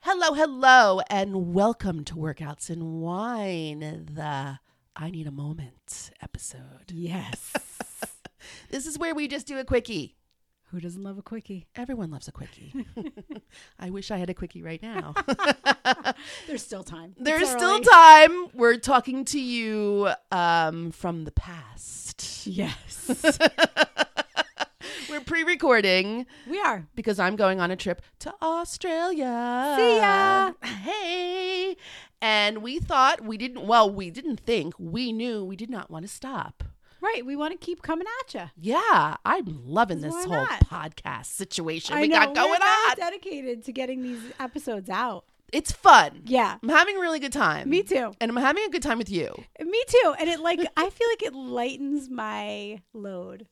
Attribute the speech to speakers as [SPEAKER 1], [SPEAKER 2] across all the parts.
[SPEAKER 1] Hello, hello, and welcome to Workouts and Wine, the I Need a Moment episode.
[SPEAKER 2] Yes.
[SPEAKER 1] This is where we just do a quickie.
[SPEAKER 2] Who doesn't love a quickie?
[SPEAKER 1] Everyone loves a quickie. I wish I had a quickie right now.
[SPEAKER 2] There's still time. It's
[SPEAKER 1] There's
[SPEAKER 2] all
[SPEAKER 1] still
[SPEAKER 2] right.
[SPEAKER 1] time. We're talking to you um, from the past.
[SPEAKER 2] Yes.
[SPEAKER 1] We're pre recording
[SPEAKER 2] we are.
[SPEAKER 1] because I'm going on a trip to Australia.
[SPEAKER 2] See ya.
[SPEAKER 1] Hey. And we thought we didn't, well, we didn't think, we knew we did not want to stop.
[SPEAKER 2] Right. We want to keep coming at you.
[SPEAKER 1] Yeah, I'm loving this
[SPEAKER 2] Why
[SPEAKER 1] whole
[SPEAKER 2] not?
[SPEAKER 1] podcast situation we got
[SPEAKER 2] we're
[SPEAKER 1] going
[SPEAKER 2] very
[SPEAKER 1] on.
[SPEAKER 2] dedicated to getting these episodes out.
[SPEAKER 1] It's fun.
[SPEAKER 2] Yeah.
[SPEAKER 1] I'm having a really good time.
[SPEAKER 2] Me too.
[SPEAKER 1] And I'm having a good time with you.
[SPEAKER 2] Me too. And it like, I feel like it lightens my load.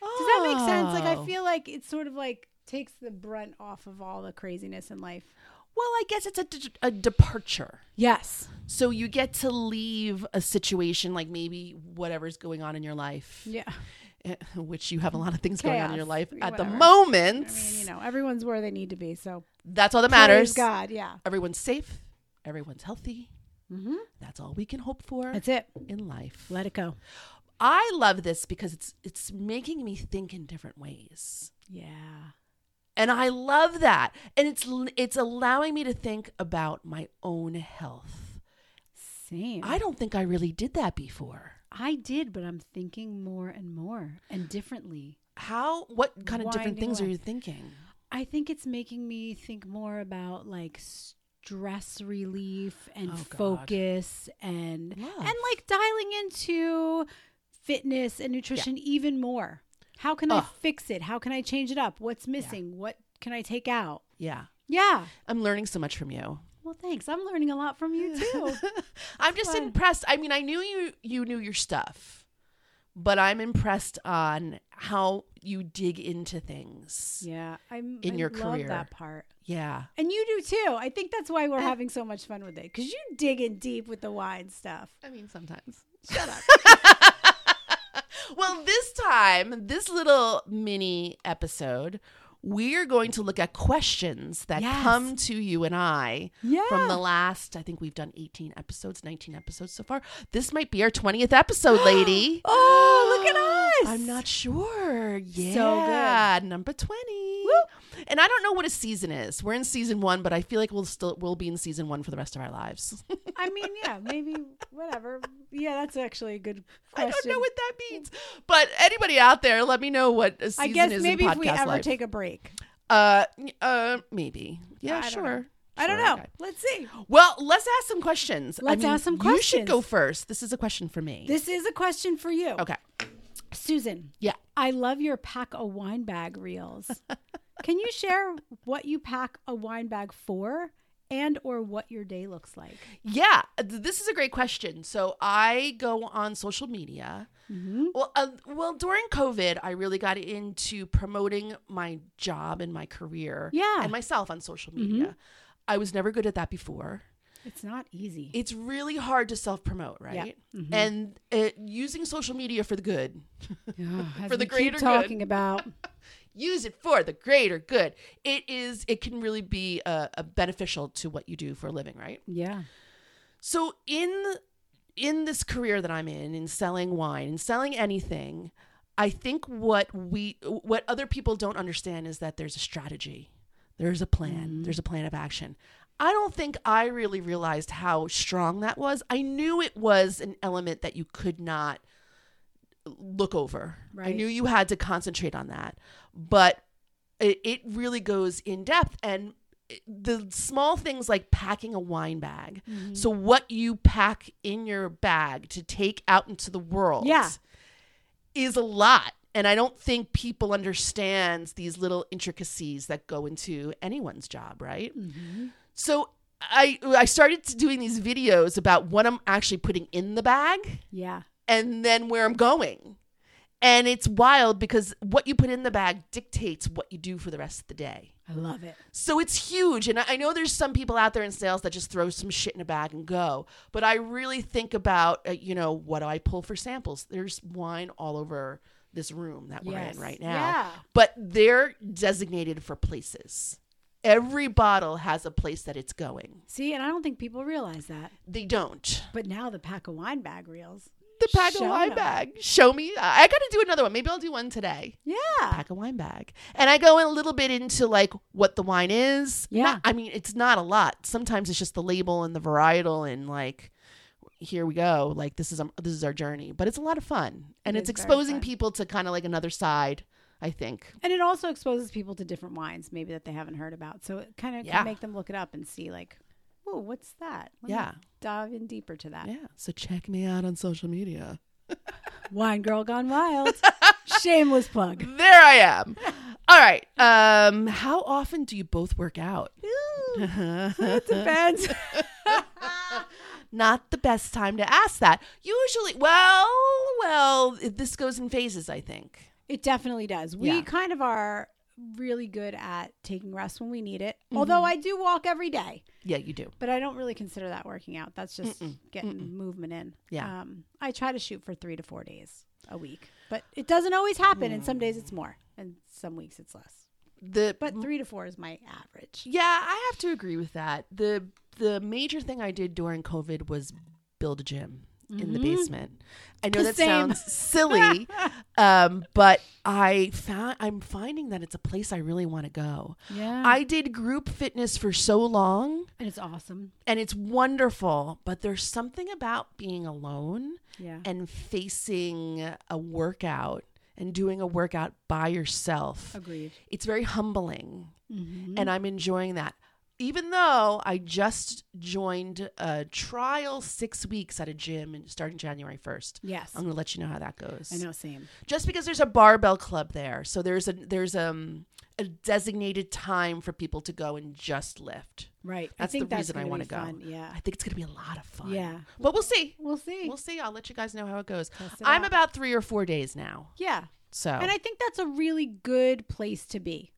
[SPEAKER 2] Does that make sense? Like, I
[SPEAKER 1] Oh.
[SPEAKER 2] feel like it sort of like takes the brunt off of all the craziness in life.
[SPEAKER 1] Well, I guess it's a, d- a departure.
[SPEAKER 2] Yes.
[SPEAKER 1] So you get to leave a situation like maybe whatever's going on in your life,
[SPEAKER 2] Yeah.
[SPEAKER 1] eh, which you have a lot of things going on in your
[SPEAKER 2] Chaos,
[SPEAKER 1] life at the
[SPEAKER 2] whatever.
[SPEAKER 1] moment.
[SPEAKER 2] I mean, you know, everyone's where they need to be. So
[SPEAKER 1] That's all that
[SPEAKER 2] Praise
[SPEAKER 1] matters.
[SPEAKER 2] God. Yeah.
[SPEAKER 1] Everyone's safe. Everyone's healthy.
[SPEAKER 2] Mm-hmm.
[SPEAKER 1] That's all we can hope for
[SPEAKER 2] That's it.
[SPEAKER 1] in life.
[SPEAKER 2] Let it go.
[SPEAKER 1] I love this because it's it's making me think in different ways.
[SPEAKER 2] Yeah.
[SPEAKER 1] And I love that. And it's l- it's allowing me to think about my own health.
[SPEAKER 2] Same.
[SPEAKER 1] I don't think I really did that before.
[SPEAKER 2] I did, but I'm thinking more and more and differently.
[SPEAKER 1] How what kind of different
[SPEAKER 2] Winding
[SPEAKER 1] things are
[SPEAKER 2] away.
[SPEAKER 1] you thinking?
[SPEAKER 2] I think it's making me think more about like stress relief and
[SPEAKER 1] Oh, God.
[SPEAKER 2] focus and
[SPEAKER 1] Love.
[SPEAKER 2] and like dialing into fitness and nutrition even more. How can I
[SPEAKER 1] Ugh.
[SPEAKER 2] fix it? How can I change it up? What's missing? What can I take out?
[SPEAKER 1] Yeah.
[SPEAKER 2] Yeah.
[SPEAKER 1] I'm learning so much from you.
[SPEAKER 2] Well, thanks. I'm learning a lot from you too.
[SPEAKER 1] I'm just
[SPEAKER 2] fun.
[SPEAKER 1] impressed. I mean, I knew you you knew your stuff. But I'm impressed on how you dig into things.
[SPEAKER 2] yeah, I'm
[SPEAKER 1] In
[SPEAKER 2] I
[SPEAKER 1] your
[SPEAKER 2] love
[SPEAKER 1] career.
[SPEAKER 2] that part.
[SPEAKER 1] Yeah.
[SPEAKER 2] And you do too. I think that's why we're having so much fun with it because you dig in deep with the wine stuff.
[SPEAKER 1] I mean, sometimes.
[SPEAKER 2] Shut up.
[SPEAKER 1] Well, this time, this little mini episode, we're going to look at questions that
[SPEAKER 2] Yes.
[SPEAKER 1] come to you and I
[SPEAKER 2] Yeah.
[SPEAKER 1] from the last, I think we've done 18 episodes, 19 episodes so far. This might be our 20th episode, lady.
[SPEAKER 2] Oh, look at us.
[SPEAKER 1] I'm not sure. Yeah.
[SPEAKER 2] good.
[SPEAKER 1] Number 20. And I don't know what a season is. We're in season 1, but I feel like we'll still we'll be in season 1 for the rest of our lives.
[SPEAKER 2] I mean, yeah, maybe whatever. Yeah, that's actually a good
[SPEAKER 1] I
[SPEAKER 2] question.
[SPEAKER 1] don't know what that means. But anybody out there, let me know what a season
[SPEAKER 2] I guess
[SPEAKER 1] is
[SPEAKER 2] maybe
[SPEAKER 1] in podcast
[SPEAKER 2] if we ever
[SPEAKER 1] life.
[SPEAKER 2] take a break.
[SPEAKER 1] Uh, n- uh, maybe. Yeah,
[SPEAKER 2] I don't
[SPEAKER 1] sure.
[SPEAKER 2] know. I don't
[SPEAKER 1] Sure,
[SPEAKER 2] know.
[SPEAKER 1] okay.
[SPEAKER 2] Let's see.
[SPEAKER 1] Well, let's ask some questions. I
[SPEAKER 2] Let's
[SPEAKER 1] mean,
[SPEAKER 2] ask some
[SPEAKER 1] You should
[SPEAKER 2] questions.
[SPEAKER 1] go first. This is a question for me.
[SPEAKER 2] This is a question for you.
[SPEAKER 1] okay.
[SPEAKER 2] Susan,
[SPEAKER 1] Yeah.
[SPEAKER 2] I love your pack a wine bag reels. Can you share what you pack a wine bag for and or what your day looks like?
[SPEAKER 1] Yeah. th- This is a great question. So I go on social media. Well, uh, well, during COVID, I really got into promoting my job and my career.
[SPEAKER 2] Yeah.
[SPEAKER 1] And myself on social media. I was never good at that before.
[SPEAKER 2] It's not easy.
[SPEAKER 1] It's really hard to self promote, right? And uh using social media for the good.
[SPEAKER 2] for
[SPEAKER 1] the
[SPEAKER 2] the
[SPEAKER 1] greater
[SPEAKER 2] greater
[SPEAKER 1] good.
[SPEAKER 2] talking about
[SPEAKER 1] use it for the greater good. It is. It can really be uh, a beneficial to what you do for a living, right?
[SPEAKER 2] yeah
[SPEAKER 1] So in in this career that I'm in, in selling wine and selling anything, I think what we what other people don't understand is that there's a strategy, there's a plan, there's a plan of action. I don't think I really realized how strong that was. I knew it was an element that you could not look over. I
[SPEAKER 2] Right.
[SPEAKER 1] knew you had to concentrate on that, but it, it really goes in depth and it- the small things like packing a wine bag.
[SPEAKER 2] Mm-hmm.
[SPEAKER 1] So what you pack in your bag to take out into the world
[SPEAKER 2] Yeah.
[SPEAKER 1] is a lot. And I don't think people understand these little intricacies that go into anyone's job, right?
[SPEAKER 2] Mm-hmm.
[SPEAKER 1] So I I started doing these videos about what I'm actually putting in the bag
[SPEAKER 2] yeah
[SPEAKER 1] and then where I'm going. And it's wild because what you put in the bag dictates what you do for the rest of the day.
[SPEAKER 2] i love it
[SPEAKER 1] So it's huge. And I I know there's some people out there in sales that just throw some shit in a bag and go. But I really think about, uh, you know, what do I pull for samples? There's wine all over this room that we're
[SPEAKER 2] Yes.
[SPEAKER 1] in right now.
[SPEAKER 2] Yeah.
[SPEAKER 1] But they're designated for places. Every bottle has a place that it's going.
[SPEAKER 2] See, and I don't think people realize that.
[SPEAKER 1] They don't.
[SPEAKER 2] But now the pack of wine bag reels.
[SPEAKER 1] The pack
[SPEAKER 2] Show
[SPEAKER 1] of wine
[SPEAKER 2] them.
[SPEAKER 1] bag. Show me. I got to do another one. Maybe I'll do one today.
[SPEAKER 2] Yeah.
[SPEAKER 1] Pack a wine bag. And I go in a little bit into like what the wine is.
[SPEAKER 2] Yeah.
[SPEAKER 1] Not- I mean, it's not a lot. Sometimes it's just the label and the varietal and like here we go. Like this is um, this is our journey. But it's a lot of fun. And
[SPEAKER 2] It
[SPEAKER 1] it's
[SPEAKER 2] is very
[SPEAKER 1] exposing
[SPEAKER 2] fun.
[SPEAKER 1] people to kind of like another side, I think.
[SPEAKER 2] And it also exposes people to different wines maybe that they haven't heard about. So it kind of
[SPEAKER 1] Yeah.
[SPEAKER 2] can make them look it up and see like, "Whoa, what's that?" Let me
[SPEAKER 1] Yeah.
[SPEAKER 2] dive in deeper to that.
[SPEAKER 1] Yeah. So check me out on social media.
[SPEAKER 2] Wine girl gone wild. Shameless plug.
[SPEAKER 1] There I am. All right. Um how often do you both work out?
[SPEAKER 2] Ooh, it depends.
[SPEAKER 1] Not the best time to ask that. Usually, well, well, this goes in phases, I think.
[SPEAKER 2] It definitely does. We
[SPEAKER 1] Yeah.
[SPEAKER 2] kind of are really good at taking rest when we need it.
[SPEAKER 1] Mm-hmm.
[SPEAKER 2] Although I do walk every day,
[SPEAKER 1] Yeah, you do.
[SPEAKER 2] but I don't really consider that working out. That's just getting movement in.
[SPEAKER 1] Yeah.
[SPEAKER 2] Um, I try to shoot for three to four days a week, but it doesn't always happen. And some days it's more, and some weeks it's less.
[SPEAKER 1] The
[SPEAKER 2] But three to four is my average.
[SPEAKER 1] yeah, I have to agree with that. The the major thing I did during COVID was build a gym in the basement. I know that
[SPEAKER 2] Mm-hmm. Same.
[SPEAKER 1] sounds silly, um, but I found I'm finding that it's a place I really want to go.
[SPEAKER 2] Yeah.
[SPEAKER 1] I did group fitness for so long
[SPEAKER 2] and it's awesome.
[SPEAKER 1] and it's wonderful, but there's something about being alone
[SPEAKER 2] Yeah.
[SPEAKER 1] and facing a workout and doing a workout by yourself.
[SPEAKER 2] Agreed.
[SPEAKER 1] It's very humbling,
[SPEAKER 2] Mm-hmm.
[SPEAKER 1] and I'm enjoying that. Even though I just joined a trial six weeks at a gym and starting January 1st.
[SPEAKER 2] Yes.
[SPEAKER 1] I'm gonna let you know how that goes.
[SPEAKER 2] I know. Same.
[SPEAKER 1] Just because there's a barbell club there, so there's a there's um a designated time for people to go and just lift.
[SPEAKER 2] Right. I
[SPEAKER 1] That's
[SPEAKER 2] think
[SPEAKER 1] the
[SPEAKER 2] that's
[SPEAKER 1] reason I
[SPEAKER 2] gonna be
[SPEAKER 1] wanna go.
[SPEAKER 2] fun. Yeah.
[SPEAKER 1] I think it's gonna be a lot of fun.
[SPEAKER 2] Yeah.
[SPEAKER 1] but we'll see.
[SPEAKER 2] We'll see.
[SPEAKER 1] We'll see. Uh, I'll let you guys know how it goes.
[SPEAKER 2] Test it
[SPEAKER 1] I'm
[SPEAKER 2] out.
[SPEAKER 1] about three or four days now.
[SPEAKER 2] yeah.
[SPEAKER 1] So
[SPEAKER 2] And I think that's a really good place to be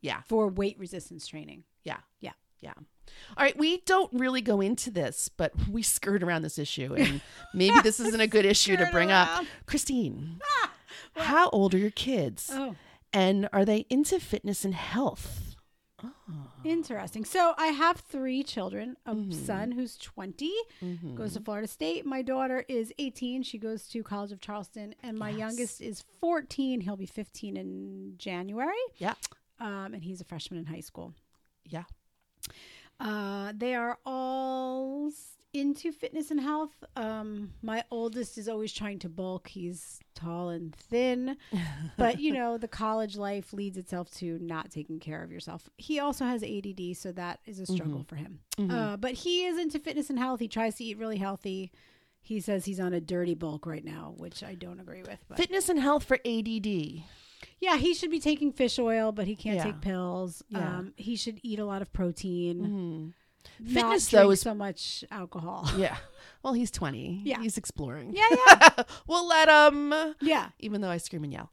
[SPEAKER 1] yeah,
[SPEAKER 2] for weight resistance training.
[SPEAKER 1] yeah,
[SPEAKER 2] Yeah.
[SPEAKER 1] yeah. All right, we don't really go into this, but we skirt around this issue, and maybe this isn't a good issue to
[SPEAKER 2] Skirt
[SPEAKER 1] bring up.
[SPEAKER 2] around.
[SPEAKER 1] Christine, how old are your kids,
[SPEAKER 2] Oh,
[SPEAKER 1] and are they into fitness and health? Oh,
[SPEAKER 2] interesting. So I have three children a
[SPEAKER 1] Mm-hmm.
[SPEAKER 2] son who's 20, goes to Florida State. My daughter is 18. She goes to College of Charleston. And my youngest is 14. He'll be 15 in January.
[SPEAKER 1] Yeah,
[SPEAKER 2] Um, and he's a freshman in high school.
[SPEAKER 1] yeah,
[SPEAKER 2] Uh, they are all s- into fitness and health. Um, my oldest is always trying to bulk. He's tall and thin, but you know the college life leads itself to not taking care of yourself. He also has ADD, so that is a struggle
[SPEAKER 1] Mm-hmm.
[SPEAKER 2] for him. Uh, but he is into fitness and health. He tries to eat really healthy. He says he's on a dirty bulk right now, which I don't agree with. But
[SPEAKER 1] fitness and health for ADD.
[SPEAKER 2] yeah, he should be taking fish oil, but he can't
[SPEAKER 1] Yeah.
[SPEAKER 2] take pills.
[SPEAKER 1] Yeah.
[SPEAKER 2] Um, he should eat a lot of protein
[SPEAKER 1] Mm.
[SPEAKER 2] not
[SPEAKER 1] Fitness
[SPEAKER 2] drink
[SPEAKER 1] though is
[SPEAKER 2] so much alcohol.
[SPEAKER 1] yeah. Well, he's 20.
[SPEAKER 2] Yeah.
[SPEAKER 1] he's exploring.
[SPEAKER 2] Yeah, yeah,
[SPEAKER 1] we'll let him.
[SPEAKER 2] yeah.
[SPEAKER 1] Even though I scream and yell,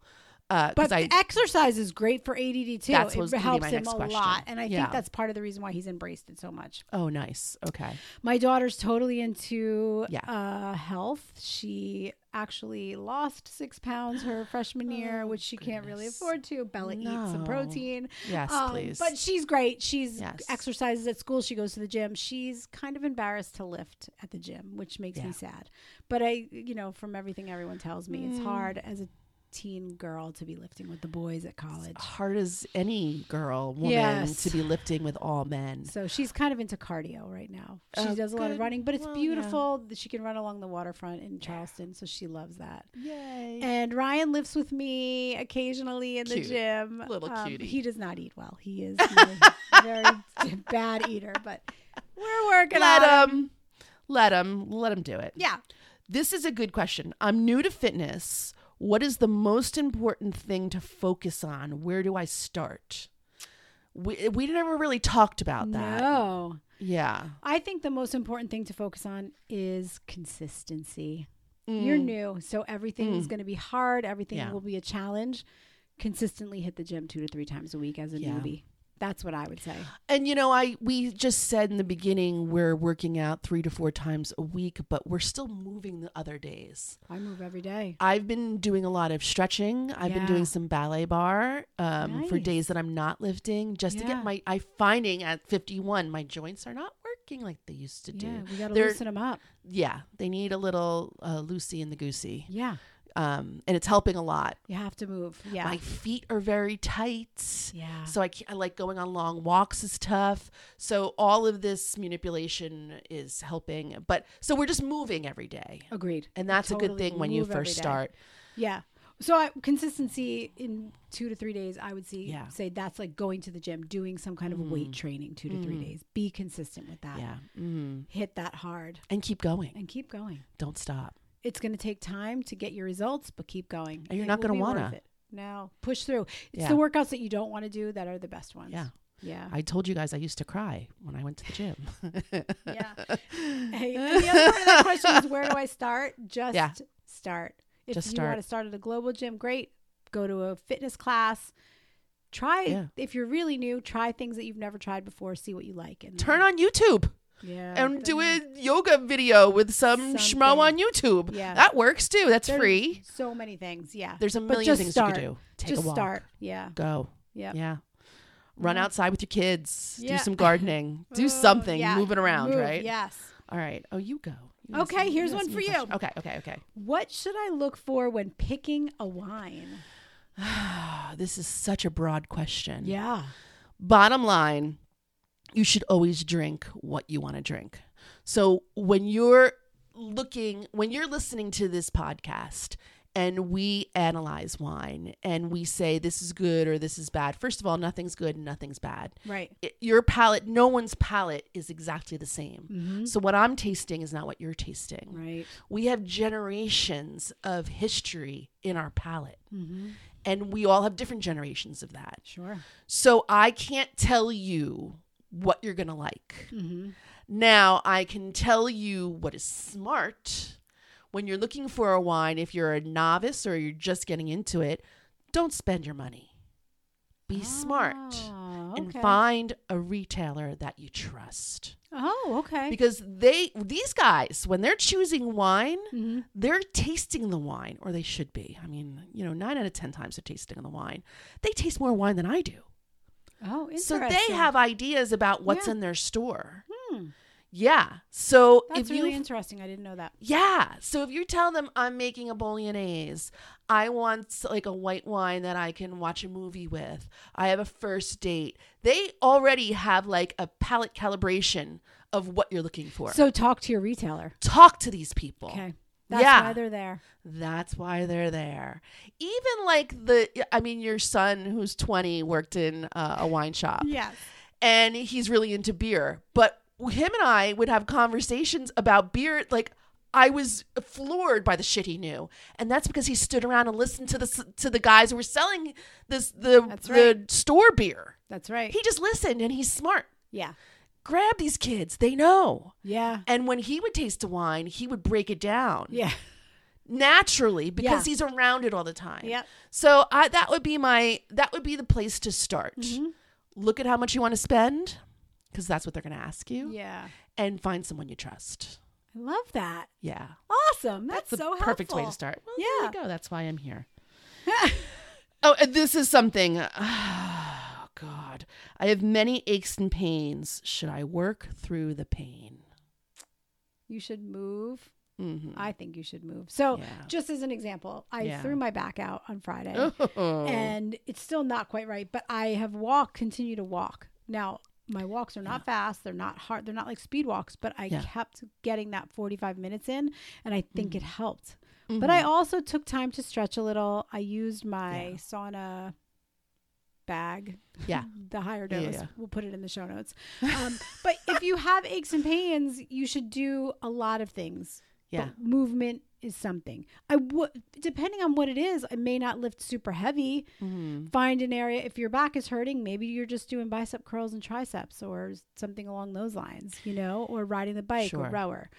[SPEAKER 1] uh,
[SPEAKER 2] But
[SPEAKER 1] because I
[SPEAKER 2] exercise is great for ADD too.
[SPEAKER 1] That's
[SPEAKER 2] it
[SPEAKER 1] what's gonna be
[SPEAKER 2] helps
[SPEAKER 1] my
[SPEAKER 2] him
[SPEAKER 1] next
[SPEAKER 2] a
[SPEAKER 1] question.
[SPEAKER 2] lot, and I
[SPEAKER 1] Yeah.
[SPEAKER 2] think that's part of the reason why he's embraced it so much.
[SPEAKER 1] oh nice okay
[SPEAKER 2] My daughter's totally into
[SPEAKER 1] Yeah.
[SPEAKER 2] uh, health. She actually lost six pounds her freshman year,
[SPEAKER 1] Oh,
[SPEAKER 2] which she can't really
[SPEAKER 1] goodness.
[SPEAKER 2] afford to. Bella eats
[SPEAKER 1] No.
[SPEAKER 2] some protein.
[SPEAKER 1] yes
[SPEAKER 2] Um,
[SPEAKER 1] please
[SPEAKER 2] But she's great. She's
[SPEAKER 1] Yes.
[SPEAKER 2] exercises at school. She goes to the gym. She's kind of embarrassed to lift at the gym, which makes
[SPEAKER 1] Yeah.
[SPEAKER 2] me sad. But I, you know, from everything everyone tells me,
[SPEAKER 1] Mm.
[SPEAKER 2] it's hard as a teen girl to be lifting with the boys at college.
[SPEAKER 1] hard as any girl woman
[SPEAKER 2] Yes.
[SPEAKER 1] to be lifting with all men
[SPEAKER 2] So she's kind of into cardio right now. She
[SPEAKER 1] Oh,
[SPEAKER 2] does a lot
[SPEAKER 1] good.
[SPEAKER 2] of running, but it's
[SPEAKER 1] Well, yeah.
[SPEAKER 2] beautiful that she can run along the waterfront in Charleston. So she loves that.
[SPEAKER 1] yay
[SPEAKER 2] And Ryan lives with me occasionally in
[SPEAKER 1] Cute.
[SPEAKER 2] the gym. Um,
[SPEAKER 1] Little cutie.
[SPEAKER 2] He does not eat well. He is a very bad eater, but we're working
[SPEAKER 1] let
[SPEAKER 2] on it.
[SPEAKER 1] him let him let him do it
[SPEAKER 2] Yeah.
[SPEAKER 1] this is a good question i'm new to fitness what is the most important thing to focus on where do i start we, we never really talked about that
[SPEAKER 2] No.
[SPEAKER 1] yeah
[SPEAKER 2] I think the most important thing to focus on is consistency. You're
[SPEAKER 1] Mm.
[SPEAKER 2] new, so everything is going to be hard. Everything
[SPEAKER 1] Yeah.
[SPEAKER 2] will be a challenge. Consistently hit the gym two to three times a week as a
[SPEAKER 1] Yeah.
[SPEAKER 2] newbie. That's what I would say.
[SPEAKER 1] And you know, I we just said in the beginning we're working out 3 to 4 times a week, but we're still moving the other days.
[SPEAKER 2] I move every day.
[SPEAKER 1] I've been doing a lot of stretching. I've been
[SPEAKER 2] Yeah.
[SPEAKER 1] doing some ballet bar um, for
[SPEAKER 2] Nice.
[SPEAKER 1] days that I'm not lifting just to
[SPEAKER 2] Yeah.
[SPEAKER 1] get my I finding at 51 my joints are not working like they used to do.
[SPEAKER 2] Yeah, we gotta
[SPEAKER 1] They're-
[SPEAKER 2] loosen them up.
[SPEAKER 1] Yeah, they need a little uh, Lucy and the Goosey.
[SPEAKER 2] Yeah,
[SPEAKER 1] Um, and it's helping a lot.
[SPEAKER 2] you have to move. Yeah,
[SPEAKER 1] My feet are very tight.
[SPEAKER 2] yeah.
[SPEAKER 1] So I, can't, I like going on long walks is tough. So all of this manipulation is helping. But so we're just moving every day.
[SPEAKER 2] Agreed.
[SPEAKER 1] And that's a good
[SPEAKER 2] Totally
[SPEAKER 1] thing when you
[SPEAKER 2] move every
[SPEAKER 1] first
[SPEAKER 2] day.
[SPEAKER 1] start.
[SPEAKER 2] Yeah. So I, consistency in two to three days, I would see,
[SPEAKER 1] Yeah. Mm.
[SPEAKER 2] say that's like going to the gym, doing some kind of weight training two to three days. Be consistent with that.
[SPEAKER 1] Yeah. Mm.
[SPEAKER 2] Hit that hard
[SPEAKER 1] And keep going.
[SPEAKER 2] and keep going.
[SPEAKER 1] Don't stop.
[SPEAKER 2] It's going to take time to get your results, but keep going.
[SPEAKER 1] And you're
[SPEAKER 2] It
[SPEAKER 1] not
[SPEAKER 2] will
[SPEAKER 1] gonna
[SPEAKER 2] be worth
[SPEAKER 1] wanna.
[SPEAKER 2] it. No, push through. It's
[SPEAKER 1] Yeah.
[SPEAKER 2] the workouts that you don't want to do that are the best ones.
[SPEAKER 1] Yeah.
[SPEAKER 2] Yeah.
[SPEAKER 1] I told you guys I used to cry when I went to the gym.
[SPEAKER 2] yeah. Hey, and the other part of that question is where do I start? Just
[SPEAKER 1] Yeah.
[SPEAKER 2] start. If
[SPEAKER 1] Just
[SPEAKER 2] you
[SPEAKER 1] start.
[SPEAKER 2] want to start at a global gym, great. Go to a fitness class. Try
[SPEAKER 1] Yeah.
[SPEAKER 2] if you're really new, try things that you've never tried before, see what you like and
[SPEAKER 1] Turn on YouTube
[SPEAKER 2] yeah.
[SPEAKER 1] and do a yoga video with some schmo
[SPEAKER 2] Oh, Something.
[SPEAKER 1] on YouTube.
[SPEAKER 2] Yeah.
[SPEAKER 1] That works too. That's
[SPEAKER 2] There's
[SPEAKER 1] free.
[SPEAKER 2] So many things, yeah.
[SPEAKER 1] There's a
[SPEAKER 2] But
[SPEAKER 1] million
[SPEAKER 2] just
[SPEAKER 1] things
[SPEAKER 2] start.
[SPEAKER 1] you can do. Take
[SPEAKER 2] Just
[SPEAKER 1] a walk.
[SPEAKER 2] start. Yeah.
[SPEAKER 1] Go.
[SPEAKER 2] Yeah.
[SPEAKER 1] Yeah. Run outside with your kids.
[SPEAKER 2] Yeah.
[SPEAKER 1] Do some gardening. Do
[SPEAKER 2] Oh,
[SPEAKER 1] something.
[SPEAKER 2] yeah.
[SPEAKER 1] Moving around,
[SPEAKER 2] Move,
[SPEAKER 1] right?
[SPEAKER 2] Yes.
[SPEAKER 1] All right. Oh, you go. You
[SPEAKER 2] Okay,
[SPEAKER 1] ask me-
[SPEAKER 2] here's
[SPEAKER 1] ask
[SPEAKER 2] one
[SPEAKER 1] me a
[SPEAKER 2] for you.
[SPEAKER 1] question. Okay, okay, okay.
[SPEAKER 2] What should I look for when picking a wine?
[SPEAKER 1] Oh, this is such a broad question.
[SPEAKER 2] Yeah.
[SPEAKER 1] Bottom line, you should always drink what you want to drink. So when you're looking, when you're listening to this podcast and we analyze wine and we say this is good or this is bad, first of all, nothing's good and nothing's bad.
[SPEAKER 2] Right.
[SPEAKER 1] it- your palate, no one's palate is exactly the same. So what I'm tasting is not what you're tasting.
[SPEAKER 2] Right.
[SPEAKER 1] We have generations of history in our palate.
[SPEAKER 2] Mhm.
[SPEAKER 1] And we all have different generations of that.
[SPEAKER 2] Sure.
[SPEAKER 1] So I can't tell you what you're going to like.
[SPEAKER 2] Mm-hmm.
[SPEAKER 1] Now, I can tell you what is smart when you're looking for a wine. If you're a novice or you're just getting into it, don't spend your money. Be smart
[SPEAKER 2] Oh,
[SPEAKER 1] and
[SPEAKER 2] Ah, okay.
[SPEAKER 1] find a retailer that you trust
[SPEAKER 2] Oh, okay.
[SPEAKER 1] because they these guys when they're choosing wine
[SPEAKER 2] Mhm.
[SPEAKER 1] they're tasting the wine or they should be i mean you know 9 out of 10 times they're tasting the wine they taste more wine than i do
[SPEAKER 2] Oh,
[SPEAKER 1] so
[SPEAKER 2] interesting.
[SPEAKER 1] they have ideas about what's
[SPEAKER 2] Yeah.
[SPEAKER 1] in their store
[SPEAKER 2] Hmm.
[SPEAKER 1] yeah so
[SPEAKER 2] That's
[SPEAKER 1] if you
[SPEAKER 2] really interesting. I didn't know that.
[SPEAKER 1] yeah. So if you tell them I'm making a bolognese, I want like a white wine that I can watch a movie with. I have a first date. They already have like a palate calibration of what you're looking for.
[SPEAKER 2] So talk to your retailer.
[SPEAKER 1] talk to these people.
[SPEAKER 2] Okay. That's
[SPEAKER 1] Yeah.
[SPEAKER 2] why they're there.
[SPEAKER 1] That's why they're there. Even like the I mean your son who's 20 worked in uh, a wine shop
[SPEAKER 2] Yes.
[SPEAKER 1] and he's really into beer. But him and I would have conversations about beer. Like I was floored by the shit he knew, and that's because he stood around and listened to the s- to the guys who were selling this the
[SPEAKER 2] That's
[SPEAKER 1] the store beer.
[SPEAKER 2] That's right.
[SPEAKER 1] He just listened, and he's smart.
[SPEAKER 2] yeah.
[SPEAKER 1] Grab these kids; they know.
[SPEAKER 2] Yeah.
[SPEAKER 1] And when he would taste a wine, he would break it down
[SPEAKER 2] Yeah.
[SPEAKER 1] naturally because
[SPEAKER 2] Yeah.
[SPEAKER 1] he's around it all the time.
[SPEAKER 2] Yep.
[SPEAKER 1] So I, that would be my that would be the place to start.
[SPEAKER 2] Mm-hmm.
[SPEAKER 1] Look at how much you want to spend because that's what they're going to ask you
[SPEAKER 2] Yeah.
[SPEAKER 1] and find someone you trust.
[SPEAKER 2] I love that.
[SPEAKER 1] Yeah.
[SPEAKER 2] Awesome. That's,
[SPEAKER 1] the
[SPEAKER 2] so helpful.
[SPEAKER 1] perfect way to start. Well,
[SPEAKER 2] Yeah.
[SPEAKER 1] there you go. That's why I'm here. oh, and this is something. Oh, God. I have many aches and pains. Should I work through the pain?
[SPEAKER 2] You should move.
[SPEAKER 1] Mm-hmm.
[SPEAKER 2] I think you should move. So,
[SPEAKER 1] Yeah.
[SPEAKER 2] just as an example, I
[SPEAKER 1] Yeah.
[SPEAKER 2] threw my back out on Friday.
[SPEAKER 1] Oh.
[SPEAKER 2] and it's still not quite right but i have walked continue to walk now my walks are not fast they're not hard they're not like speed walks but i
[SPEAKER 1] Yeah.
[SPEAKER 2] kept getting that 45 minutes in and i think
[SPEAKER 1] Mm.
[SPEAKER 2] it helped but i also took time to stretch a little i used
[SPEAKER 1] Mm-hmm. Yeah.
[SPEAKER 2] my sauna bag
[SPEAKER 1] Yeah.
[SPEAKER 2] the higher
[SPEAKER 1] Yeah,
[SPEAKER 2] dose
[SPEAKER 1] yeah, yeah.
[SPEAKER 2] we'll put it in the show notes
[SPEAKER 1] Mm-hmm.
[SPEAKER 2] um, but if you have aches and pains you should do a lot of things
[SPEAKER 1] Yeah.
[SPEAKER 2] but movement is something. I would, depending on what it is, I may not lift super heavy.
[SPEAKER 1] Mhm.
[SPEAKER 2] Find an area if your back is hurting. Maybe you're just doing bicep curls and triceps, or something along those lines. You know, or riding the bike or
[SPEAKER 1] Sure.
[SPEAKER 2] rower.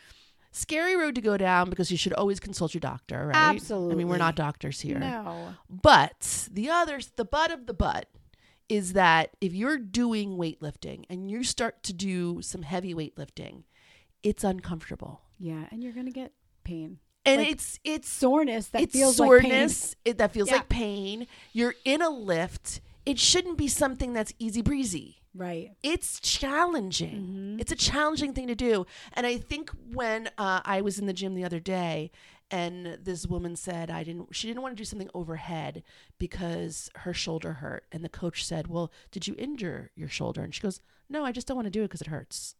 [SPEAKER 1] Scary road to go down because you should always consult your doctor, right? I mean,
[SPEAKER 2] Absolutely.
[SPEAKER 1] we're not doctors here.
[SPEAKER 2] No,
[SPEAKER 1] But the other, the butt of the butt is that if you're doing weightlifting and you start to do some heavy weightlifting, it's uncomfortable.
[SPEAKER 2] Yeah, and you're gonna get pain,
[SPEAKER 1] And
[SPEAKER 2] Like,
[SPEAKER 1] it's it's
[SPEAKER 2] soreness that
[SPEAKER 1] it's
[SPEAKER 2] feels
[SPEAKER 1] soreness it, that feels
[SPEAKER 2] Yeah.
[SPEAKER 1] like pain. You're in a lift. It shouldn't be something that's easy breezy.
[SPEAKER 2] like pain. Right.
[SPEAKER 1] It's challenging. It's a challenging thing to do. And I think when uh, I was in the gym the other day, and this woman said I didn't. She didn't want to do something overhead because her shoulder hurt. And the coach said, "Well, did you injure your shoulder?" And she goes, "No, I just don't want to do it because it hurts."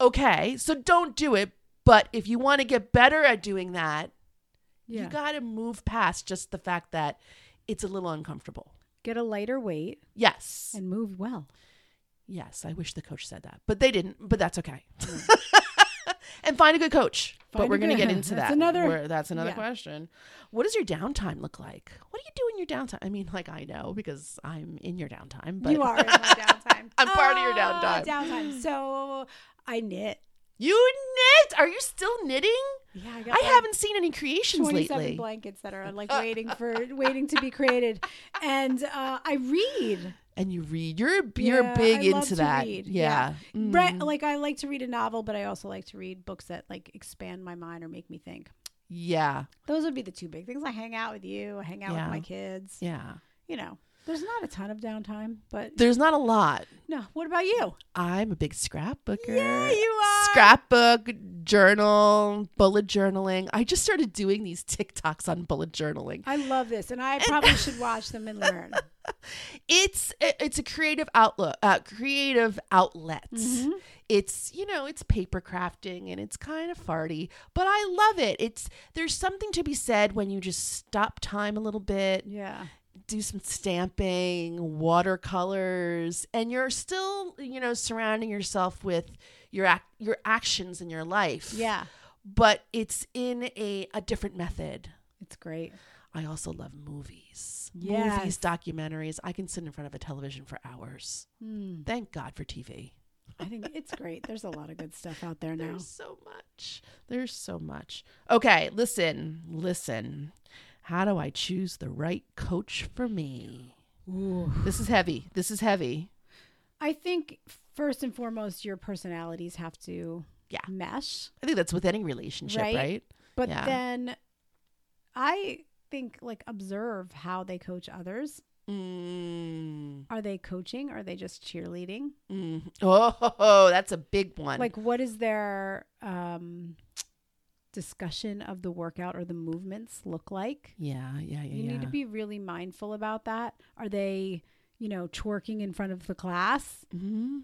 [SPEAKER 1] Okay, so don't do it. But if you want to get better at doing that,
[SPEAKER 2] Yeah.
[SPEAKER 1] you got to move past just the fact that it's a little uncomfortable.
[SPEAKER 2] get a lighter weight
[SPEAKER 1] Yes.
[SPEAKER 2] and move well.
[SPEAKER 1] yes, I wish the coach said that, but they didn't, but that's okay. and find a good coach. but
[SPEAKER 2] Find
[SPEAKER 1] we're
[SPEAKER 2] a
[SPEAKER 1] going to
[SPEAKER 2] good-
[SPEAKER 1] get into
[SPEAKER 2] that's
[SPEAKER 1] that.
[SPEAKER 2] another-
[SPEAKER 1] We're- that's another
[SPEAKER 2] yeah.
[SPEAKER 1] question. What does your downtime look like? What do you do in your downtime? I mean, like I know because I'm in your downtime, but
[SPEAKER 2] you are in my downtime.
[SPEAKER 1] I'm part of your
[SPEAKER 2] Ah,
[SPEAKER 1] downtime.
[SPEAKER 2] Downtime. So I knit.
[SPEAKER 1] You knit? Are you still knitting?
[SPEAKER 2] Yeah,
[SPEAKER 1] I
[SPEAKER 2] got like
[SPEAKER 1] haven't seen any creations
[SPEAKER 2] 27
[SPEAKER 1] lately.
[SPEAKER 2] blankets that are like waiting for waiting to be created, and uh, I read.
[SPEAKER 1] and you read. You're you're
[SPEAKER 2] Yeah,
[SPEAKER 1] big
[SPEAKER 2] I
[SPEAKER 1] into
[SPEAKER 2] love to
[SPEAKER 1] that.
[SPEAKER 2] read.
[SPEAKER 1] Yeah. Mm.
[SPEAKER 2] Right, like I like to read a novel, but I also like to read books that like expand my mind or make me think.
[SPEAKER 1] Yeah.
[SPEAKER 2] Those would be the two big things. I hang out with you. I hang out
[SPEAKER 1] Yeah.
[SPEAKER 2] with my kids.
[SPEAKER 1] Yeah.
[SPEAKER 2] You know, there's not a ton of downtime, but
[SPEAKER 1] There's not a lot.
[SPEAKER 2] no. What about you?
[SPEAKER 1] I'm a big scrapbooker.
[SPEAKER 2] Yeah, you are.
[SPEAKER 1] Scrapbook, journal, bullet journaling. I just started doing these TikToks on bullet journaling.
[SPEAKER 2] I love this, and I probably should watch them and learn.
[SPEAKER 1] It's it- it's a creative outlook, uh, creative outlets.
[SPEAKER 2] Mhm.
[SPEAKER 1] It's you know it's paper crafting and it's kind of farty, but I love it. It's there's something to be said when you just stop time a little bit,
[SPEAKER 2] Yeah.
[SPEAKER 1] do some stamping, watercolors, and you're still, you know, surrounding yourself with your ac- your actions in your life.
[SPEAKER 2] Yeah.
[SPEAKER 1] But it's in a, a different method.
[SPEAKER 2] It's great.
[SPEAKER 1] I also love movies.
[SPEAKER 2] Yes.
[SPEAKER 1] Movies, documentaries. I can sit in front of a television for hours.
[SPEAKER 2] Mm,
[SPEAKER 1] Thank God for TV.
[SPEAKER 2] I think it's great. There's a lot of good stuff out there now.
[SPEAKER 1] There's so much. There's so much. Okay, listen, listen. How do I choose the right coach for me?
[SPEAKER 2] Ooh.
[SPEAKER 1] This is heavy. This is heavy.
[SPEAKER 2] I think first and foremost, your personalities have to
[SPEAKER 1] Yeah.
[SPEAKER 2] mesh.
[SPEAKER 1] I think that's with any relationship,
[SPEAKER 2] Right?
[SPEAKER 1] right?
[SPEAKER 2] But
[SPEAKER 1] Yeah.
[SPEAKER 2] then I think like observe how they coach others.
[SPEAKER 1] Mm,
[SPEAKER 2] Are they coaching? Are they just cheerleading?
[SPEAKER 1] mm. Oh, that's a big one.
[SPEAKER 2] Like what is their um discussion of the workout or the movements look like?
[SPEAKER 1] yeah, yeah, yeah.
[SPEAKER 2] You
[SPEAKER 1] yeah.
[SPEAKER 2] need to be really mindful about that. Are they, you know, twerking in front of the class
[SPEAKER 1] Mhm.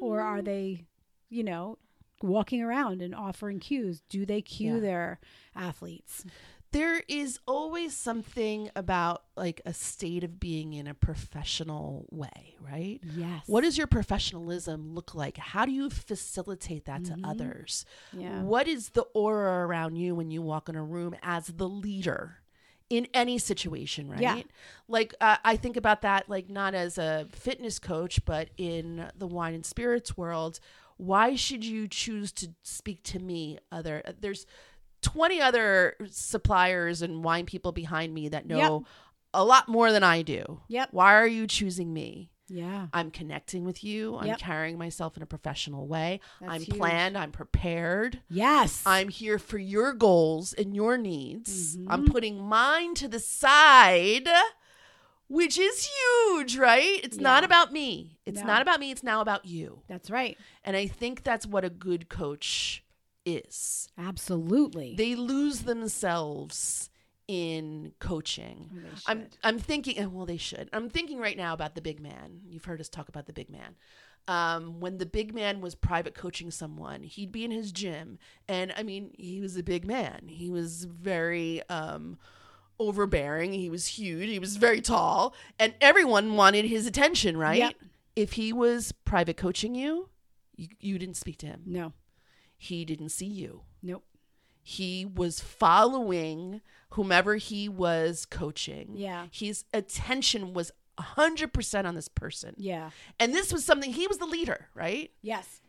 [SPEAKER 2] or are they, you know, walking around and offering cues? Do they cue
[SPEAKER 1] Yeah.
[SPEAKER 2] their athletes?
[SPEAKER 1] there is always something about like a state of being in a professional way, right?
[SPEAKER 2] Yes.
[SPEAKER 1] What does your professionalism look like? How do you facilitate that
[SPEAKER 2] Mhm.
[SPEAKER 1] to others?
[SPEAKER 2] yeah.
[SPEAKER 1] What is the aura around you when you walk in a room as the leader in any situation, right?
[SPEAKER 2] Yeah.
[SPEAKER 1] Like, uh, I think about that, like, not as a fitness coach, but in the wine and spirits world. Why should you choose to speak to me? Other, uh, there's 20 other suppliers and wine people behind me that know a lot more than I do.
[SPEAKER 2] Yep.
[SPEAKER 1] Why are you choosing me?
[SPEAKER 2] Yeah.
[SPEAKER 1] I'm connecting with you. I'm
[SPEAKER 2] Yep.
[SPEAKER 1] carrying myself in a professional way.
[SPEAKER 2] That's
[SPEAKER 1] I'm
[SPEAKER 2] huge.
[SPEAKER 1] planned. I'm prepared.
[SPEAKER 2] Yes.
[SPEAKER 1] I'm here for your goals and your needs. I'm
[SPEAKER 2] Mhm.
[SPEAKER 1] putting mine to the side, which is huge, right? It's not
[SPEAKER 2] Yeah.
[SPEAKER 1] about me. It's
[SPEAKER 2] No.
[SPEAKER 1] not about me. It's now about you.
[SPEAKER 2] That's right.
[SPEAKER 1] And I think that's what a good coach is.
[SPEAKER 2] Absolutely.
[SPEAKER 1] They lose themselves in coaching.
[SPEAKER 2] Or they
[SPEAKER 1] I'm
[SPEAKER 2] should.
[SPEAKER 1] I'm thinking, and well, they should. I'm thinking right now about the big man. You've heard us talk about the big man. Um, when the big man was private coaching someone, he'd be in his gym, and I mean, he was a big man. He was very um, overbearing. He was huge. He was very tall, and everyone wanted his attention. Right?
[SPEAKER 2] Yep.
[SPEAKER 1] If he was private coaching you, you, you didn't speak to him.
[SPEAKER 2] No.
[SPEAKER 1] He didn't see you
[SPEAKER 2] Nope.
[SPEAKER 1] he was following whomever he was coaching.
[SPEAKER 2] Yeah.
[SPEAKER 1] His attention was 100% on this person.
[SPEAKER 2] Yeah.
[SPEAKER 1] And this was something he was the leader, right?
[SPEAKER 2] Yes.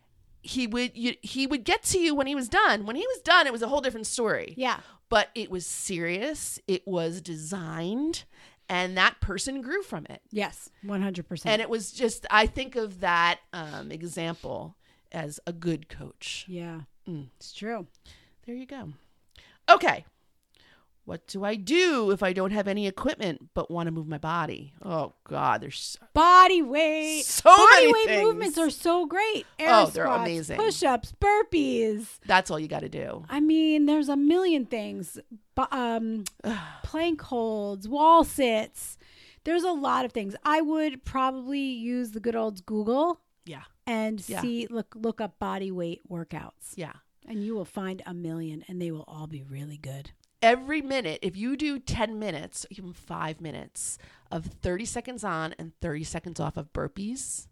[SPEAKER 1] He would you, he would get to you when he was done. When he was done, it was a whole different story.
[SPEAKER 2] Yeah.
[SPEAKER 1] But it was serious, it was designed, and that person grew from it.
[SPEAKER 2] Yes, 100%.
[SPEAKER 1] And it was just, I think of that um, example as a good coach.
[SPEAKER 2] yeah,
[SPEAKER 1] Mm.
[SPEAKER 2] it's true.
[SPEAKER 1] There you go. Okay. What do I do if I don't have any equipment but want to move my body? Oh, God, there's
[SPEAKER 2] Body weight.
[SPEAKER 1] So
[SPEAKER 2] Body
[SPEAKER 1] many
[SPEAKER 2] weight
[SPEAKER 1] things.
[SPEAKER 2] movements are so great. Air
[SPEAKER 1] Oh, they're
[SPEAKER 2] squats,
[SPEAKER 1] amazing.
[SPEAKER 2] Push-ups, burpees.
[SPEAKER 1] that's all you got to do.
[SPEAKER 2] I mean, there's a million things. But, um, plank holds, wall sits. There's a lot of things. I would probably use the good old Google
[SPEAKER 1] Yeah.
[SPEAKER 2] and
[SPEAKER 1] Yeah.
[SPEAKER 2] see look look up body weight workouts,
[SPEAKER 1] Yeah.
[SPEAKER 2] and you will find a million, and they will all be really good.
[SPEAKER 1] Every minute, if you do 10 minutes, even five minutes of 30 seconds on and 30 seconds off of burpees,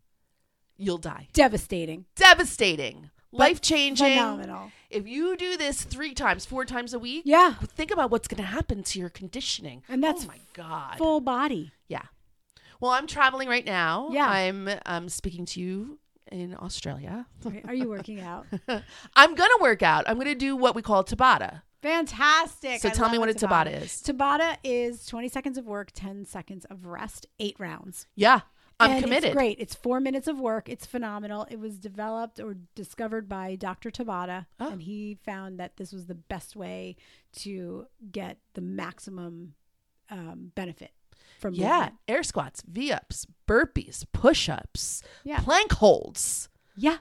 [SPEAKER 1] you'll die.
[SPEAKER 2] Devastating,
[SPEAKER 1] Devastating, life changing.
[SPEAKER 2] phenomenal.
[SPEAKER 1] If you do this three times, four times a week,
[SPEAKER 2] Yeah,
[SPEAKER 1] think about what's going to happen to your conditioning.
[SPEAKER 2] And that's
[SPEAKER 1] oh my god.
[SPEAKER 2] full body.
[SPEAKER 1] yeah. Well, I'm traveling right now.
[SPEAKER 2] Yeah.
[SPEAKER 1] I'm um, speaking to you in Australia.
[SPEAKER 2] Are you working out?
[SPEAKER 1] I'm gonna work out. I'm gonna do what we call Tabata.
[SPEAKER 2] Fantastic.
[SPEAKER 1] So
[SPEAKER 2] I
[SPEAKER 1] tell
[SPEAKER 2] love
[SPEAKER 1] me what a Tabata is.
[SPEAKER 2] Tabata is 20 seconds of work, 10 seconds of rest, eight rounds.
[SPEAKER 1] Yeah, I'm
[SPEAKER 2] And
[SPEAKER 1] committed.
[SPEAKER 2] It's great. It's four minutes of work. It's phenomenal. It was developed or discovered by Dr. Tabata,
[SPEAKER 1] Oh.
[SPEAKER 2] and he found that this was the best way to get the maximum um, benefit from
[SPEAKER 1] Yeah,
[SPEAKER 2] movement.
[SPEAKER 1] air squats, V ups, burpees, push ups,
[SPEAKER 2] Yeah.
[SPEAKER 1] plank holds,
[SPEAKER 2] Yeah.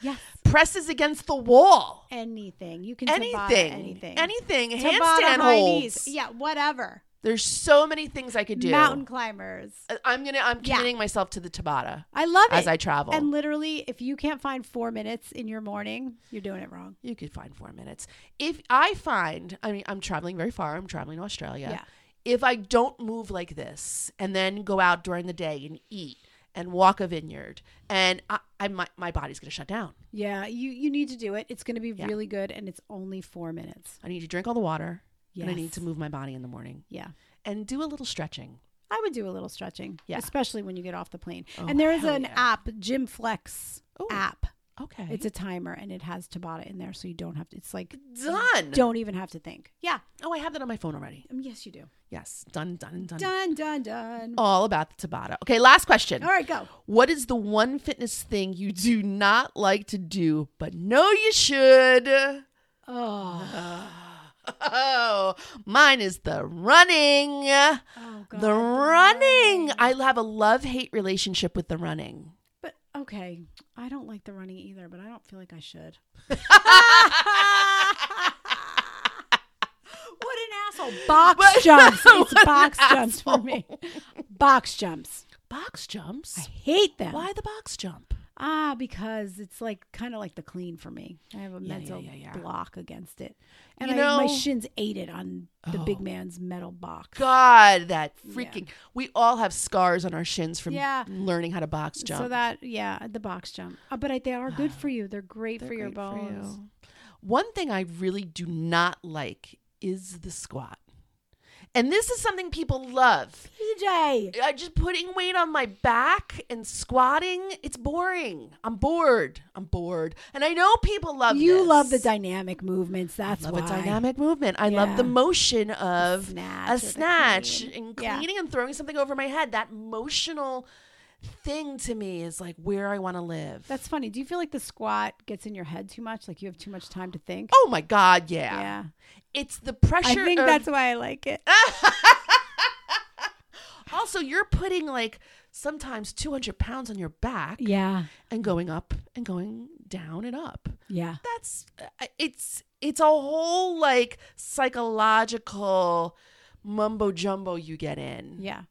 [SPEAKER 2] yes.
[SPEAKER 1] presses against the wall,
[SPEAKER 2] Anything. You can
[SPEAKER 1] anything,
[SPEAKER 2] Tabata
[SPEAKER 1] anything,
[SPEAKER 2] anything. Tabata,
[SPEAKER 1] handstand
[SPEAKER 2] high
[SPEAKER 1] holds.
[SPEAKER 2] knees. Yeah, whatever.
[SPEAKER 1] There's so many things I could do.
[SPEAKER 2] Mountain climbers.
[SPEAKER 1] I- I'm gonna. I'm
[SPEAKER 2] Yeah.
[SPEAKER 1] committing myself to the Tabata
[SPEAKER 2] I love it.
[SPEAKER 1] as I travel.
[SPEAKER 2] And literally, if you can't find four minutes in your morning, you're doing it wrong.
[SPEAKER 1] You could find four minutes. If I find, I mean, I'm traveling very far. I'm traveling to Australia.
[SPEAKER 2] Yeah.
[SPEAKER 1] If I don't move like this and then go out during the day and eat and walk a vineyard, and I, I my, my body's going to shut down.
[SPEAKER 2] Yeah, you you need to do it. It's going to be
[SPEAKER 1] Yeah.
[SPEAKER 2] really good, and it's only four minutes.
[SPEAKER 1] I need to drink all the water and I need
[SPEAKER 2] Yes.
[SPEAKER 1] to move my body in the morning
[SPEAKER 2] Yeah,
[SPEAKER 1] and do a little stretching.
[SPEAKER 2] I would do a little stretching.
[SPEAKER 1] Yeah.
[SPEAKER 2] especially when you get off the plane.
[SPEAKER 1] Oh,
[SPEAKER 2] and there is
[SPEAKER 1] hell
[SPEAKER 2] an
[SPEAKER 1] yeah.
[SPEAKER 2] app, Gym Flex
[SPEAKER 1] Oh,
[SPEAKER 2] app.
[SPEAKER 1] okay.
[SPEAKER 2] It's a timer, and it has Tabata in there, so you don't have to. It's like
[SPEAKER 1] done.
[SPEAKER 2] don't even have to think. Yeah,
[SPEAKER 1] oh, I have that on my phone already.
[SPEAKER 2] um, yes, you do.
[SPEAKER 1] Yes. Done, done, done.
[SPEAKER 2] Done, Oh. done, done.
[SPEAKER 1] All about the Tabata. Okay, last question.
[SPEAKER 2] All right, go.
[SPEAKER 1] What is the one fitness thing you do not like to do, but know you should?
[SPEAKER 2] Oh,
[SPEAKER 1] Oh, mine is the running.
[SPEAKER 2] oh God.
[SPEAKER 1] the running. I have a love hate relationship with the running.
[SPEAKER 2] But okay, I don't like the running either, but I don't feel like I should. What an
[SPEAKER 1] Oh,
[SPEAKER 2] asshole. Box
[SPEAKER 1] What-
[SPEAKER 2] jumps.
[SPEAKER 1] what
[SPEAKER 2] It's
[SPEAKER 1] an
[SPEAKER 2] box jumps for me. Box jumps.
[SPEAKER 1] Box jumps?
[SPEAKER 2] I hate them.
[SPEAKER 1] Why the box jump?
[SPEAKER 2] Ah, because it's like kind of like the clean for me. I have
[SPEAKER 1] Yeah,
[SPEAKER 2] a
[SPEAKER 1] yeah,
[SPEAKER 2] mental
[SPEAKER 1] yeah, yeah.
[SPEAKER 2] block against it. And
[SPEAKER 1] You
[SPEAKER 2] I, my
[SPEAKER 1] know-
[SPEAKER 2] shins ate it on the big
[SPEAKER 1] Oh.
[SPEAKER 2] man's metal box.
[SPEAKER 1] God, that freaking. We all have scars on our shins from
[SPEAKER 2] Yeah.
[SPEAKER 1] learning how to box jump.
[SPEAKER 2] So that, yeah, the box jump. Uh, but I, they are good for you. They're great
[SPEAKER 1] They're
[SPEAKER 2] for your
[SPEAKER 1] great for
[SPEAKER 2] bones.
[SPEAKER 1] you. One thing I really do not like is the squat. And this is something people love.
[SPEAKER 2] PJ.
[SPEAKER 1] I just putting weight on my back and squatting. It's boring. I'm bored. I'm bored. And I know people love
[SPEAKER 2] You
[SPEAKER 1] this.
[SPEAKER 2] love the dynamic movements. That's
[SPEAKER 1] love
[SPEAKER 2] why.
[SPEAKER 1] a dynamic movement. I love the
[SPEAKER 2] Yeah.
[SPEAKER 1] motion of
[SPEAKER 2] snatch or
[SPEAKER 1] a
[SPEAKER 2] the
[SPEAKER 1] snatch
[SPEAKER 2] clean.
[SPEAKER 1] and
[SPEAKER 2] Yeah.
[SPEAKER 1] cleaning and throwing something over my head. That motional thing to me is like where I want to live.
[SPEAKER 2] That's funny. Do you feel like the squat gets in your head too much? Like you have too much time to think?
[SPEAKER 1] oh my god, yeah. Ah.
[SPEAKER 2] yeah.
[SPEAKER 1] It's the pressure.
[SPEAKER 2] I think
[SPEAKER 1] of-
[SPEAKER 2] that's why I like it.
[SPEAKER 1] also you're putting like sometimes 200 pounds on your back
[SPEAKER 2] Yeah.
[SPEAKER 1] and going up and going down and up.
[SPEAKER 2] Yeah.
[SPEAKER 1] that's I- it's it's a whole like psychological mumbo jumbo you get in.
[SPEAKER 2] Yeah.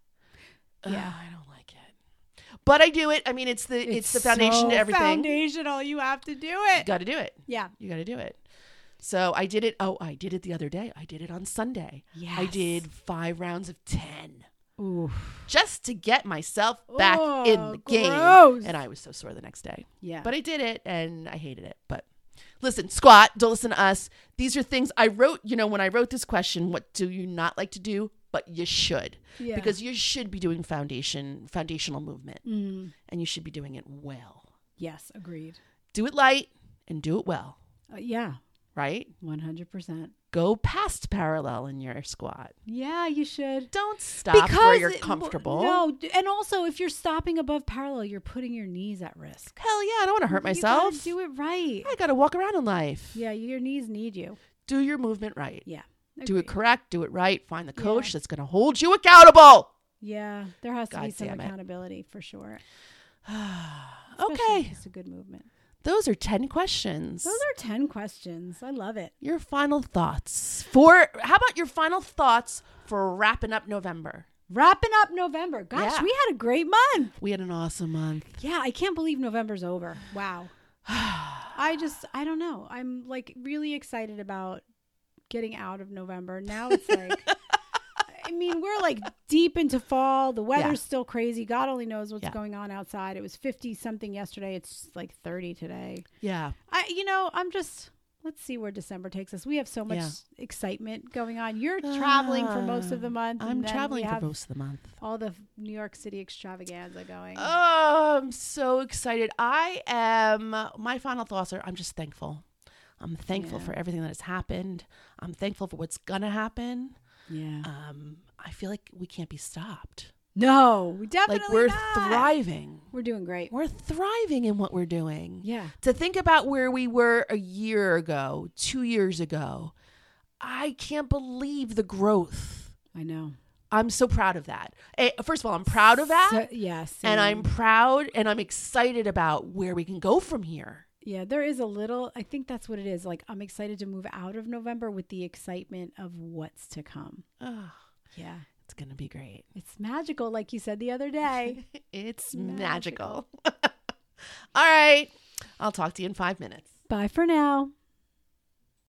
[SPEAKER 1] Ugh,
[SPEAKER 2] yeah.
[SPEAKER 1] I don't like it, but I do it. I mean, it's the it's, the foundation
[SPEAKER 2] so
[SPEAKER 1] to everything.
[SPEAKER 2] Foundational. You have to do it.
[SPEAKER 1] Got to do it.
[SPEAKER 2] Yeah.
[SPEAKER 1] You got to do it. So I did it. Oh, I did it the other day. I did it on Sunday. I
[SPEAKER 2] Yes.
[SPEAKER 1] did five rounds of ten
[SPEAKER 2] Ooh.
[SPEAKER 1] just to get myself back in
[SPEAKER 2] Oh,
[SPEAKER 1] the game.
[SPEAKER 2] gross.
[SPEAKER 1] And I was so sore the next day.
[SPEAKER 2] Yeah.
[SPEAKER 1] But I did it and I hated it. But listen, squat, don't listen to us. These are things I wrote, you know, when I wrote this question, what do you not like to do? But you should.
[SPEAKER 2] Yeah.
[SPEAKER 1] Because you should be doing foundation foundational movement
[SPEAKER 2] Mm.
[SPEAKER 1] and you should be doing it well.
[SPEAKER 2] Yes. Agreed.
[SPEAKER 1] Do it light and do it well,
[SPEAKER 2] Uh, yeah.
[SPEAKER 1] right?
[SPEAKER 2] 100%.
[SPEAKER 1] Go past parallel in your squat.
[SPEAKER 2] Yeah, you should.
[SPEAKER 1] Don't stop where you're
[SPEAKER 2] it-
[SPEAKER 1] comfortable.
[SPEAKER 2] No, d- and also if you're stopping above parallel, you're putting your knees at risk.
[SPEAKER 1] Hell yeah, I don't want to hurt
[SPEAKER 2] You gotta
[SPEAKER 1] myself.
[SPEAKER 2] do it right.
[SPEAKER 1] I got to walk around in life.
[SPEAKER 2] Yeah, your knees need you.
[SPEAKER 1] Do your movement right.
[SPEAKER 2] Yeah.
[SPEAKER 1] Do it
[SPEAKER 2] Agreed.
[SPEAKER 1] correct. Do it right. Find the
[SPEAKER 2] Yeah.
[SPEAKER 1] coach that's going to hold you accountable.
[SPEAKER 2] Yeah, there has to be
[SPEAKER 1] God
[SPEAKER 2] some
[SPEAKER 1] damn it.
[SPEAKER 2] accountability for sure. Especially if
[SPEAKER 1] okay.
[SPEAKER 2] it's a good movement.
[SPEAKER 1] Those are 10 questions.
[SPEAKER 2] Those are ten questions. I love it.
[SPEAKER 1] your final thoughts for how about your final thoughts for wrapping up November?
[SPEAKER 2] Wrapping up November. Gosh,
[SPEAKER 1] Yeah.
[SPEAKER 2] we had a great month.
[SPEAKER 1] We had an awesome month.
[SPEAKER 2] Yeah, I can't believe November's over. Wow. I just, I don't know. I'm like really excited about getting out of November. Now it's like, I mean, we're like deep into fall. The weather's
[SPEAKER 1] Yeah.
[SPEAKER 2] still crazy. God only knows what's
[SPEAKER 1] Yeah.
[SPEAKER 2] going on outside. It was 50 something yesterday. It's like 30 today.
[SPEAKER 1] Yeah.
[SPEAKER 2] I, you know, I'm just, let's see where December takes us. We have so much
[SPEAKER 1] Yeah.
[SPEAKER 2] excitement going on. You're traveling for most of the
[SPEAKER 1] Ah,
[SPEAKER 2] month. and
[SPEAKER 1] I'm
[SPEAKER 2] then
[SPEAKER 1] traveling
[SPEAKER 2] we
[SPEAKER 1] for
[SPEAKER 2] have
[SPEAKER 1] most of the month.
[SPEAKER 2] All the New York City extravaganza going.
[SPEAKER 1] Oh, I'm so excited. I am, my final thoughts are I'm just thankful. I'm thankful
[SPEAKER 2] Yeah.
[SPEAKER 1] for everything that has happened. I'm thankful for what's going to happen.
[SPEAKER 2] yeah.
[SPEAKER 1] Um, I feel like we can't be stopped.
[SPEAKER 2] No, we definitely
[SPEAKER 1] like we're
[SPEAKER 2] not.
[SPEAKER 1] thriving.
[SPEAKER 2] We're doing great.
[SPEAKER 1] We're thriving in what we're doing.
[SPEAKER 2] Yeah.
[SPEAKER 1] to think about where we were a year ago, two years ago, I can't believe the growth.
[SPEAKER 2] I know.
[SPEAKER 1] I'm so proud of that. Eh, First of all, I'm proud of that.
[SPEAKER 2] So, yes.
[SPEAKER 1] and I'm proud and I'm excited about where we can go from here.
[SPEAKER 2] yeah, there is a little I think that's what it is. Like I'm excited to move out of November with the excitement of what's to come.
[SPEAKER 1] Oh,
[SPEAKER 2] Yeah.
[SPEAKER 1] it's going to be great.
[SPEAKER 2] It's magical like you said the other day.
[SPEAKER 1] It's magical.
[SPEAKER 2] Magical.
[SPEAKER 1] all right. I'll talk to you in five minutes.
[SPEAKER 2] Bye for now.